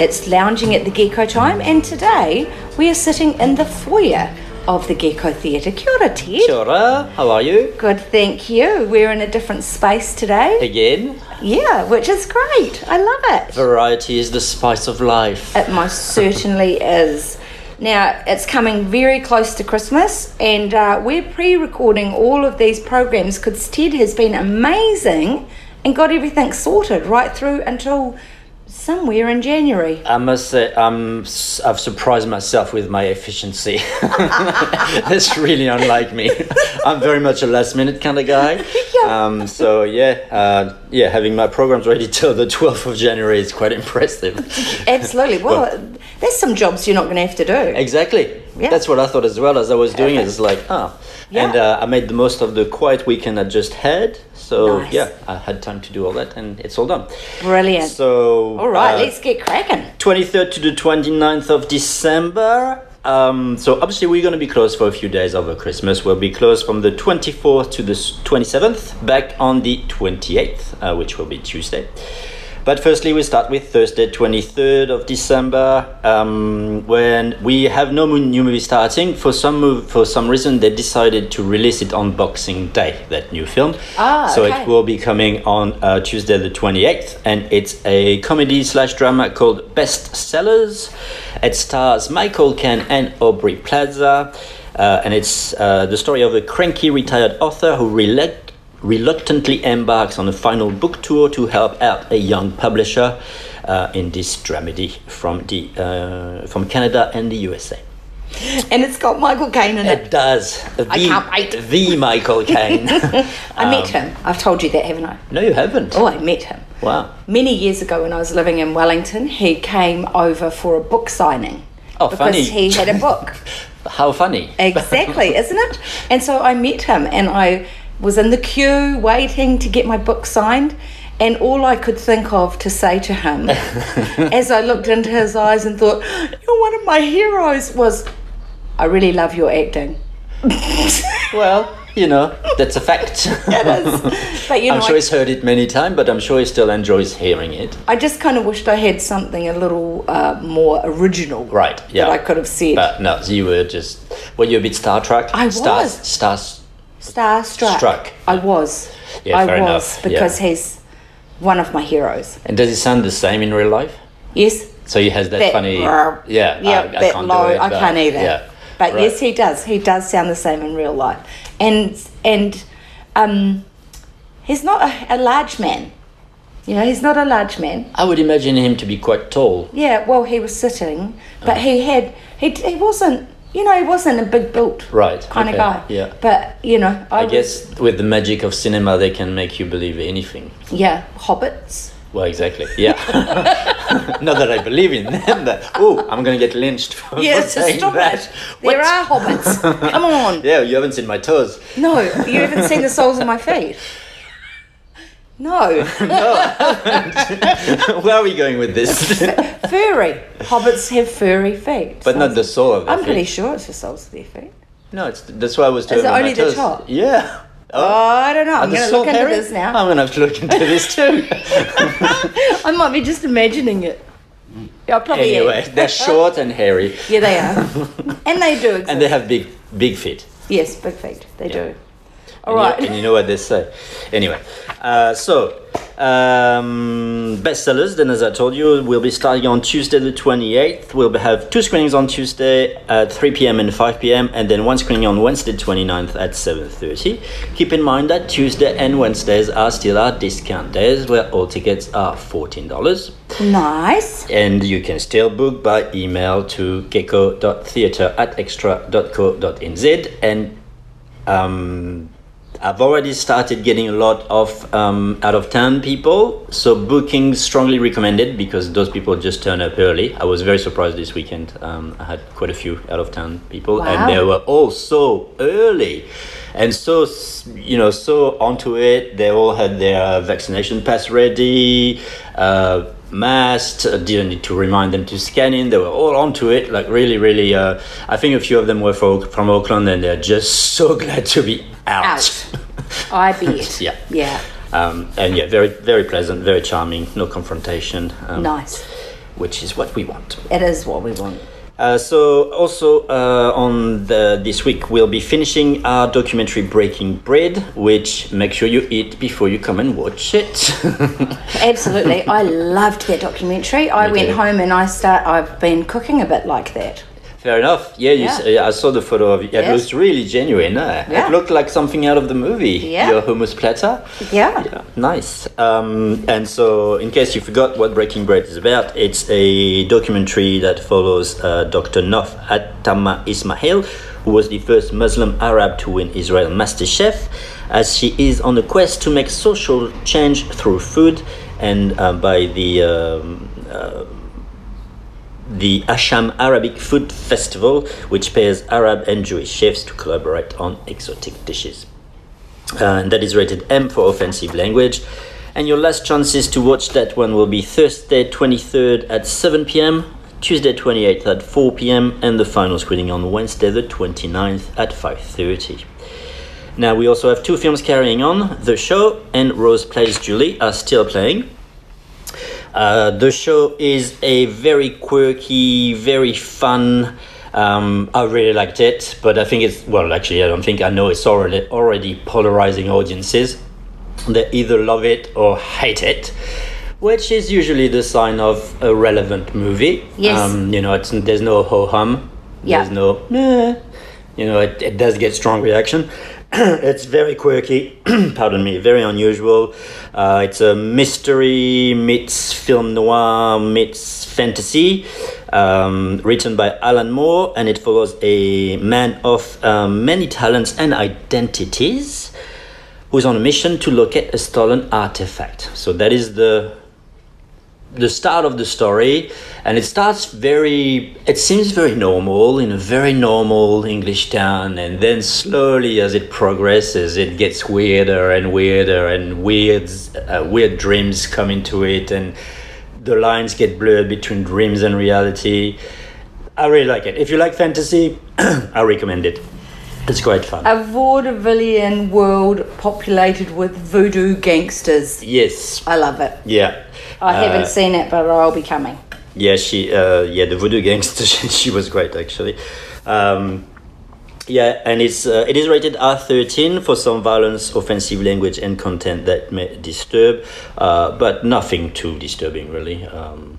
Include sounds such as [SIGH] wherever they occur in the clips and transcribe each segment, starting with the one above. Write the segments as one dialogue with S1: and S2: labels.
S1: It's lounging at the Gecko time, and today we are sitting in the foyer of the Gecko Theatre. Kia ora, Ted.
S2: Kia ora, how are you?
S1: Good, thank you. We're in a different space today.
S2: Again?
S1: Yeah, which is great. I love it.
S2: Variety is the spice of life.
S1: It most certainly is. Now, it's coming very close to Christmas, and uh, we're pre recording all of these programs because Ted has been amazing and got everything sorted right through until somewhere in January.
S2: I must say, um, I've surprised myself with my efficiency. [LAUGHS] That's really unlike me. [LAUGHS] I'm very much a last minute kind of guy.
S1: [LAUGHS] Yeah.
S2: Um, so yeah, uh, yeah, having my programs ready till the 12th of January is quite
S1: [LAUGHS]
S2: impressive.
S1: Absolutely. Well, there's some jobs you're not going to have to do.
S2: Exactly.
S1: Yeah.
S2: That's what I thought as well as I was doing it. It's like, ah.
S1: Yeah.
S2: And uh, I made the most of the quiet weekend I just had. So
S1: Nice.
S2: yeah, I had time to do all that and it's all done.
S1: Brilliant.
S2: So
S1: all right,
S2: uh,
S1: let's get cracking. [LAUGHS]
S2: 23rd to the 29th of December. Um, so obviously we're going to be closed for a few days over Christmas. We'll be closed from the 24th to the s- 27th, back on the 28th, uh, which will be Tuesday. But firstly, we start with Thursday, 23rd of December, um, when we have no mo- new movie starting. For some move, for some reason, they decided to release it on Boxing Day, that new film.
S1: Ah,
S2: so
S1: okay.
S2: it will will be coming on uh, Tuesday the 28th, and it's a comedy slash drama called Best Sellers. It stars Michael Ken and Aubrey Plaza, uh, and it's uh, the story of a cranky retired author who reluct- reluctantly embarks on a final book tour to help out a young publisher uh, in this dramedy from the uh, from Canada and the USA.
S1: And it's got Michael Caine in
S2: It
S1: it.
S2: does. The,
S1: can't wait.
S2: The
S1: [LAUGHS]
S2: Michael Caine.
S1: I met him.
S2: um,
S1: I've told you that, haven't I?
S2: no, you haven't.
S1: Oh, I met him.
S2: Wow.
S1: Many years ago, when I was living in Wellington, he came over for a book signing.
S2: Oh,
S1: because
S2: funny.
S1: he
S2: [LAUGHS]
S1: had a book.
S2: How funny.
S1: Exactly, isn't it? And so I met him and I was in the queue waiting to get my book signed. And all I could think of to say to
S2: [LAUGHS]
S1: him as I looked into his eyes and thought, You're one of my heroes, was, I really love your acting. [LAUGHS]
S2: Well, you know, that's a fact.
S1: [LAUGHS]
S2: [LAUGHS]
S1: But you know,
S2: I'm sure
S1: I-
S2: he's heard it many times, but I'm sure he still enjoys hearing it.
S1: I just kind of wished I had something a little uh, more original
S2: Right, yeah.
S1: that I could have said.
S2: But no, you were just. Were you a bit Star Trek?
S1: I
S2: Star,
S1: was.
S2: Stars.
S1: Starstruck.
S2: Struck.
S1: I was.
S2: Yeah,
S1: I
S2: fair
S1: was
S2: enough, yeah.
S1: because he's one of my heroes.
S2: And does it sound the same in real life?
S1: Yes.
S2: So he has that,
S1: That-
S2: funny.
S1: brr,
S2: yeah, I, I
S1: that
S2: can't
S1: low.
S2: do it.
S1: I
S2: but-
S1: can't either.
S2: Yeah.
S1: But
S2: Right.
S1: yes, he does. He does sound the same in real life, and and um, he's not a, a large man. You know, he's not a large man.
S2: I would imagine him to be quite tall.
S1: Yeah. Well, he was sitting, but he had he he wasn't. You know, he wasn't a big built
S2: Right,
S1: kind of
S2: okay,
S1: guy.
S2: yeah.
S1: But you know, I,
S2: I
S1: was-
S2: guess with the magic of cinema, they can make you believe anything.
S1: yeah, hobbits.
S2: Well, exactly. Yeah. [LAUGHS] Not that I believe in them, but oh, I'm gonna get lynched for,
S1: Yes,
S2: for saying
S1: stop
S2: that.
S1: it. There
S2: What?
S1: are
S2: [LAUGHS]
S1: hobbits. Come on.
S2: Yeah, you haven't seen my toes. [LAUGHS]
S1: No, you haven't seen the soles of my feet. No.
S2: Where are we going
S1: [LAUGHS]
S2: with this?
S1: Furry. Hobbits have furry feet.
S2: but not the sole of the
S1: I'm
S2: feet.
S1: pretty sure it's the soles of their feet.
S2: No, it's that's why I was talking
S1: it
S2: about my
S1: only the
S2: toes.
S1: top?
S2: Yeah.
S1: Oh, I don't know. I'm
S2: the
S1: going to
S2: sole
S1: look into
S2: hairy?
S1: this now.
S2: I'm gonna have to look into
S1: [LAUGHS]
S2: this too. Oh.
S1: I might be just imagining it. Yeah, I probably am.
S2: anyway, they're short and hairy,
S1: Yeah, they are. and they do exist.
S2: [LAUGHS] and they have big, big feet.
S1: yes, big feet. They do. All
S2: And you-
S1: right.
S2: and you know what they say. Anyway, uh, so um, bestsellers. Then, as I told you, we'll be starting on Tuesday the twenty eighth. We'll be- have two screenings on Tuesday at three pm and five pm, and then one screening on Wednesday 29th at seven thirty. Keep in mind that Tuesday and Wednesdays are still our discount days, where all tickets are fourteen dollars.
S1: [LAUGHS] Nice.
S2: And you can still book by email to gecko.theatre at extra.co.nz. And um, I've already started getting a lot of um, out of town people, so booking strongly recommended because those people just turn up early. I was very surprised this weekend. Um, I had quite a few out of town people, and they
S1: Wow.
S2: were all so early, and so s- you know so onto it. They all had their uh, vaccination pass ready, uh, masked. uh, Didn't need to remind them to scan in. They were all onto it, like really, really. Uh, I think a few of them were for, from Auckland, and they're just so [LAUGHS] glad to be
S1: Out. I bet.
S2: [LAUGHS] Yeah.
S1: Yeah.
S2: [LAUGHS] um, and yeah, very, very pleasant, very charming, no confrontation, um,
S1: Nice.
S2: which is what we want.
S1: It is what we want.
S2: Uh, so, also uh, on the, this week, we'll be finishing our documentary Breaking Bread, which make sure you eat before you come and watch it. [LAUGHS]
S1: Absolutely. I loved that documentary. I
S2: Me
S1: went
S2: too.
S1: home and I start I've been cooking a bit like that.
S2: Fair enough. Yeah, you s-
S1: Yeah.
S2: uh, I saw the photo of it. It
S1: Yeah.
S2: looks really genuine. eh?
S1: Yeah.
S2: It looked like something out of the movie.
S1: Yeah.
S2: Your hummus platter.
S1: Yeah.
S2: Yeah, nice. Um, and so, in case you forgot what Breaking Bread is about, it's a documentary that follows uh, Dr. Nof Atama Ismail, who was the first Muslim Arab to win Israel MasterChef, as she is on a quest to make social change through food and uh, by the. Um, uh, the Asham Arabic Food Festival, which pairs Arab and Jewish chefs to collaborate on exotic dishes. Uh, and that is rated M for offensive language. And your last chances to watch that one will be Thursday 23rd at 7 pm, Tuesday 28th at 4 pm, and the final screening on Wednesday the 29th at 5:30. Now we also have two films carrying on. The Show and Rose Plays Julie are still playing. Uh, the show is a very quirky, very fun. Um, I really liked it, but I think it's well. Actually, I don't think I know. It's already already polarizing audiences. They either love it or hate it, which is usually the sign of a relevant movie.
S1: Yes.
S2: Um, you know, it's, there's no ho hum.
S1: Yeah.
S2: There's no nah. You know, it, it does get strong reaction. [CLEARS THROAT] it's very quirky. [CLEARS THROAT] pardon me. Very unusual. Uh, it's a mystery meets film noir meets fantasy. Um, written by Alan Moore, and it follows a man of um, many talents and identities who's on a mission to locate a stolen artifact. So that is the the start of the story and it starts very it seems very normal in a very normal english town and then slowly as it progresses it gets weirder and weirder and weird uh, weird dreams come into it and the lines get blurred between dreams and reality i really like it if you like fantasy [CLEARS THROAT] i recommend it it's quite fun
S1: A vaudevillian world populated with voodoo gangsters.
S2: yes
S1: I love it.
S2: yeah
S1: I haven't
S2: Uh,
S1: seen it, but I'll be coming.
S2: Yeah, she. Uh, yeah, the voodoo gangster. [LAUGHS] She, she was great actually. Um, yeah, and it's uh, it is rated R thirteen for some violence, offensive language, and content that may disturb, uh, but nothing too disturbing really. Um,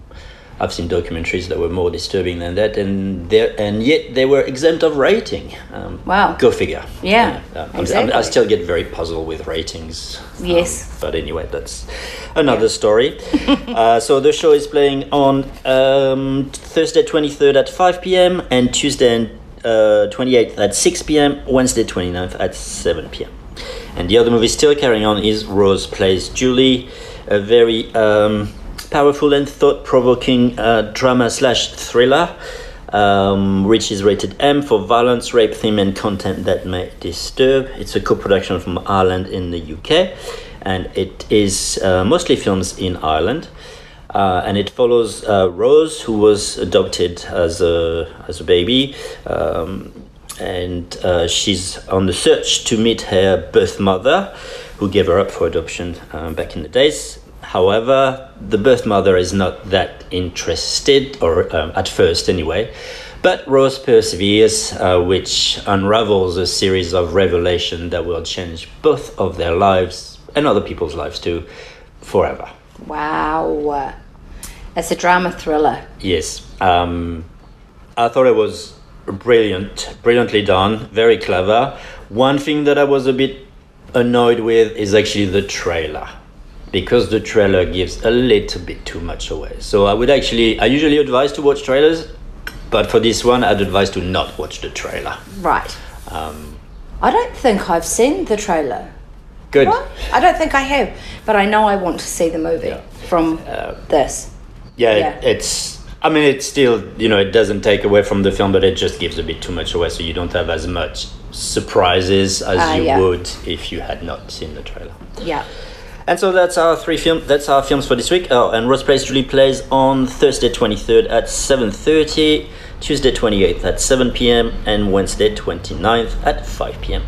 S2: I've seen documentaries that were more disturbing than that, and there and yet they were exempt of rating. Um,
S1: Wow.
S2: Go figure.
S1: Yeah,
S2: um, I'm- I'm, I
S1: exactly.
S2: still get very puzzled with ratings. Um,
S1: Yes.
S2: but anyway, that's another
S1: [LAUGHS]
S2: story. uh, so the show is playing on um, Thursday 23rd at 5 p.m. and Tuesday and, uh, 28th at 6 p.m. Wednesday 29th at 7 p.m. And the other movie still carrying on is Rose Plays Julie, a very um, powerful and thought-provoking uh, drama slash thriller. Um, which is rated M for violence, rape theme, and content that may disturb. It's a co production from Ireland in the UK, and it is uh, mostly films in Ireland. Uh, and it follows uh, Rose, who was adopted as a, as a baby, um, and uh, she's on the search to meet her birth mother, who gave her up for adoption um, back in the days. However, the birth mother is not that interested, or um, at first anyway. But Rose perseveres, uh, which unravels a series of revelations that will change both of their lives and other people's lives too forever.
S1: Wow. It's a drama thriller.
S2: Yes. Um, I thought it was brilliant, brilliantly done, very clever. One thing that I was a bit annoyed with is actually the trailer. Because the trailer gives a little bit too much away. So I would actually, I usually advise to watch trailers, but for this one, I'd advise to not watch the trailer.
S1: Right. I don't think I've seen the trailer.
S2: Good.
S1: What? I don't think I have, but I know I want to see the movie from
S2: Uh,
S1: this.
S2: Yeah, it-
S1: Yeah.
S2: it's. I mean, it's still you know it doesn't take away from the film, but it just gives a bit too much away, so you don't have as much surprises as
S1: Ah,
S2: you
S1: yeah.
S2: would if you had not seen the trailer.
S1: Yeah.
S2: And so that's our three film. That's our films for this week. Oh, and Rose Plays Julie plays on Thursday, twenty third at seven thirty, Tuesday twenty eighth at seven p.m. and Wednesday 29th at five p.m.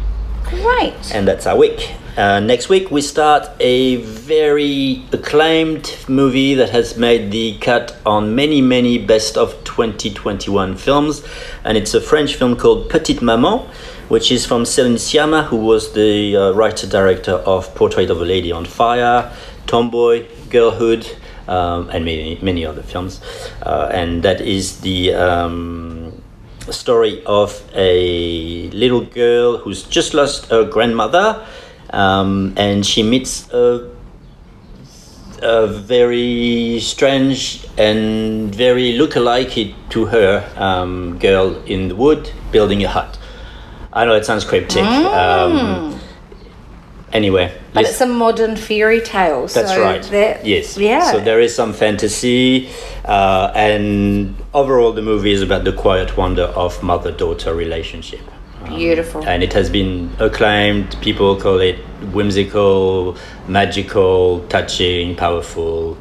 S1: Great.
S2: And that's our week. Uh, next week we start a very acclaimed movie that has made the cut on many many best of 2021 films, and it's a French film called Petite Maman, which is from Céline Sciamma, who was the uh, writer director of Portrait of a Lady on Fire, Tomboy, Girlhood, um, and many many other films, uh, and that is the um, story of a little girl who's just lost her grandmother, um, and she meets a, a very strange and very look-alike to her um, girl in the wood building a hut. I know it sounds cryptic. Um, anyway,
S1: But
S2: let's-
S1: it's a modern fairy tale.
S2: that's
S1: so
S2: right.
S1: That,
S2: yes.
S1: Yeah.
S2: So there is some fantasy, uh, and overall, the movie is about the quiet wonder of mother-daughter relationship. Um,
S1: Beautiful.
S2: And it has been acclaimed. People call it whimsical, magical, touching, powerful.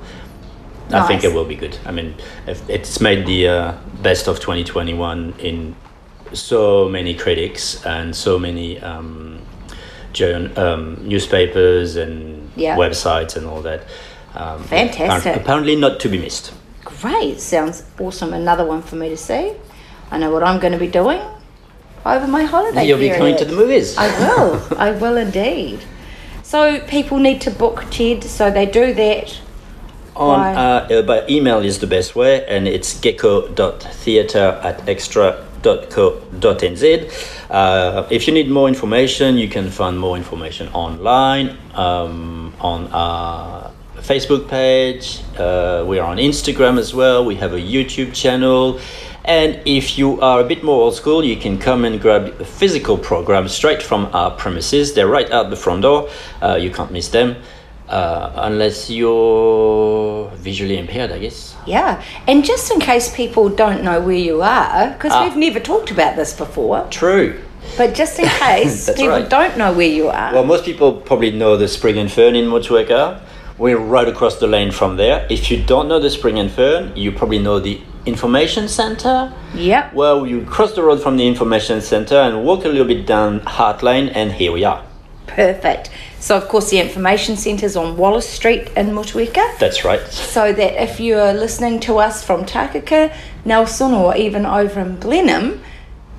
S2: I think
S1: Nice.
S2: it will be good. I mean, if- it's made the uh, best of 2021 in so many critics and so many um, journ- um, newspapers and
S1: Yeah.
S2: websites and all that. Um,
S1: Fantastic.
S2: appar- Apparently, not to be missed.
S1: Great. Sounds awesome. Another one for me to see. I know what I'm going to be doing over my holiday.
S2: You'll be
S1: period.
S2: coming to the movies.
S1: I
S2: [LAUGHS]
S1: will. I will indeed. So people need to book Ted, so they do that.
S2: on
S1: Why?
S2: uh, uh, by email is the best way and it's gecko.theater at extra.co.nz uh, if you need more information you can find more information online um, on our facebook page uh, we are on instagram as well we have a youtube channel and if you are a bit more old school, you can come and grab a physical program straight from our premises. They're right out the front door. Uh, you can't miss them. Uh, unless you're visually impaired, I guess.
S1: Yeah, and just in case people don't know where you are, because
S2: Ah.
S1: we've never talked about this before,
S2: True.
S1: but just
S2: [LAUGHS]
S1: in case
S2: That's
S1: people
S2: right.
S1: don't know where you are,
S2: Well, most people probably know the Spring and Fern in Motueka. We're right across the lane from there. If you don't know the Spring and Fern, you probably know the Information Center.
S1: yep,
S2: Well, you cross the road from the Information Center and walk a little bit down Hart Lane, and here we are.
S1: perfect. So, of course, the information centre's on Wallace Street in Motueka.
S2: That's right.
S1: So that if you're listening to us from Takaka, Nelson, or even over in Blenheim,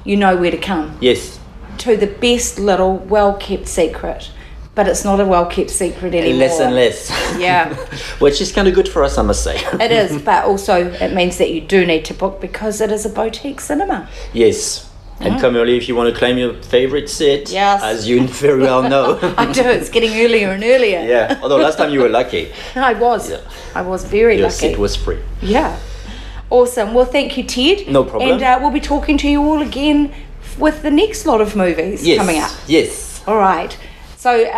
S1: you know where to come.
S2: Yes.
S1: to the best little well kept secret. But it's not a well kept secret anymore.
S2: Less and less.
S1: Yeah.
S2: [LAUGHS] Which is kind of good for us, I must say.
S1: It
S2: [LAUGHS]
S1: is, but also it means that you do need to book because it is a boutique cinema.
S2: yes. And come early if you want to claim your favorite seat.
S1: Mm-hmm. Yes.
S2: As you very well
S1: [LAUGHS]
S2: know.
S1: I do, it's getting earlier and earlier.
S2: yeah. Although last time you were lucky,
S1: [LAUGHS] I was.
S2: Yeah.
S1: I was very
S2: your
S1: lucky.
S2: seat was free.
S1: yeah. Awesome. Well, thank you, Ted.
S2: No problem.
S1: And uh, we'll be talking to you all again f- with the next lot of movies
S2: Yes.
S1: coming up.
S2: Yes.
S1: All right. So uh,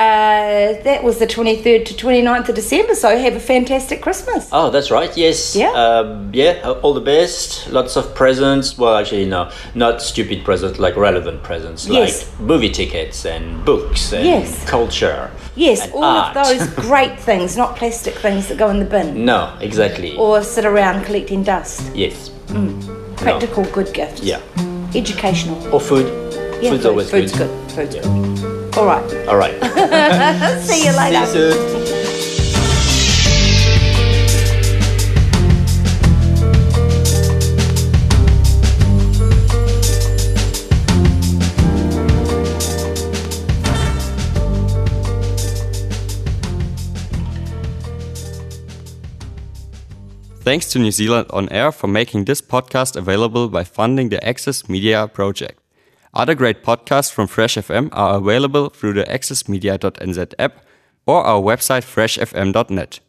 S1: that was the 23rd to 29th of December. So have a fantastic Christmas.
S2: Oh, that's right. Yes.
S1: Yeah.
S2: Um, yeah. uh, All the best. Lots of presents. Well, actually, no, not stupid presents, like relevant presents,
S1: Yes.
S2: like movie tickets and books and
S1: Yes.
S2: culture.
S1: Yes,
S2: and
S1: all
S2: art.
S1: of those great things, not plastic things that go in the bin
S2: no, exactly.
S1: or sit around collecting dust.
S2: yes.
S1: Practical good gifts.
S2: Yeah.
S1: Educational.
S2: Or food.
S1: Yeah,
S2: Food's
S1: food-
S2: always
S1: food's
S2: good.
S1: good. Food's good. All right. [LAUGHS]
S2: All right.
S1: See you later.
S2: See you soon.
S3: Thanks to New Zealand On Air for making this podcast available by funding the Access Media project. Other great podcasts from Fresh FM are available through the accessmedia.nz app or our website freshfm.net.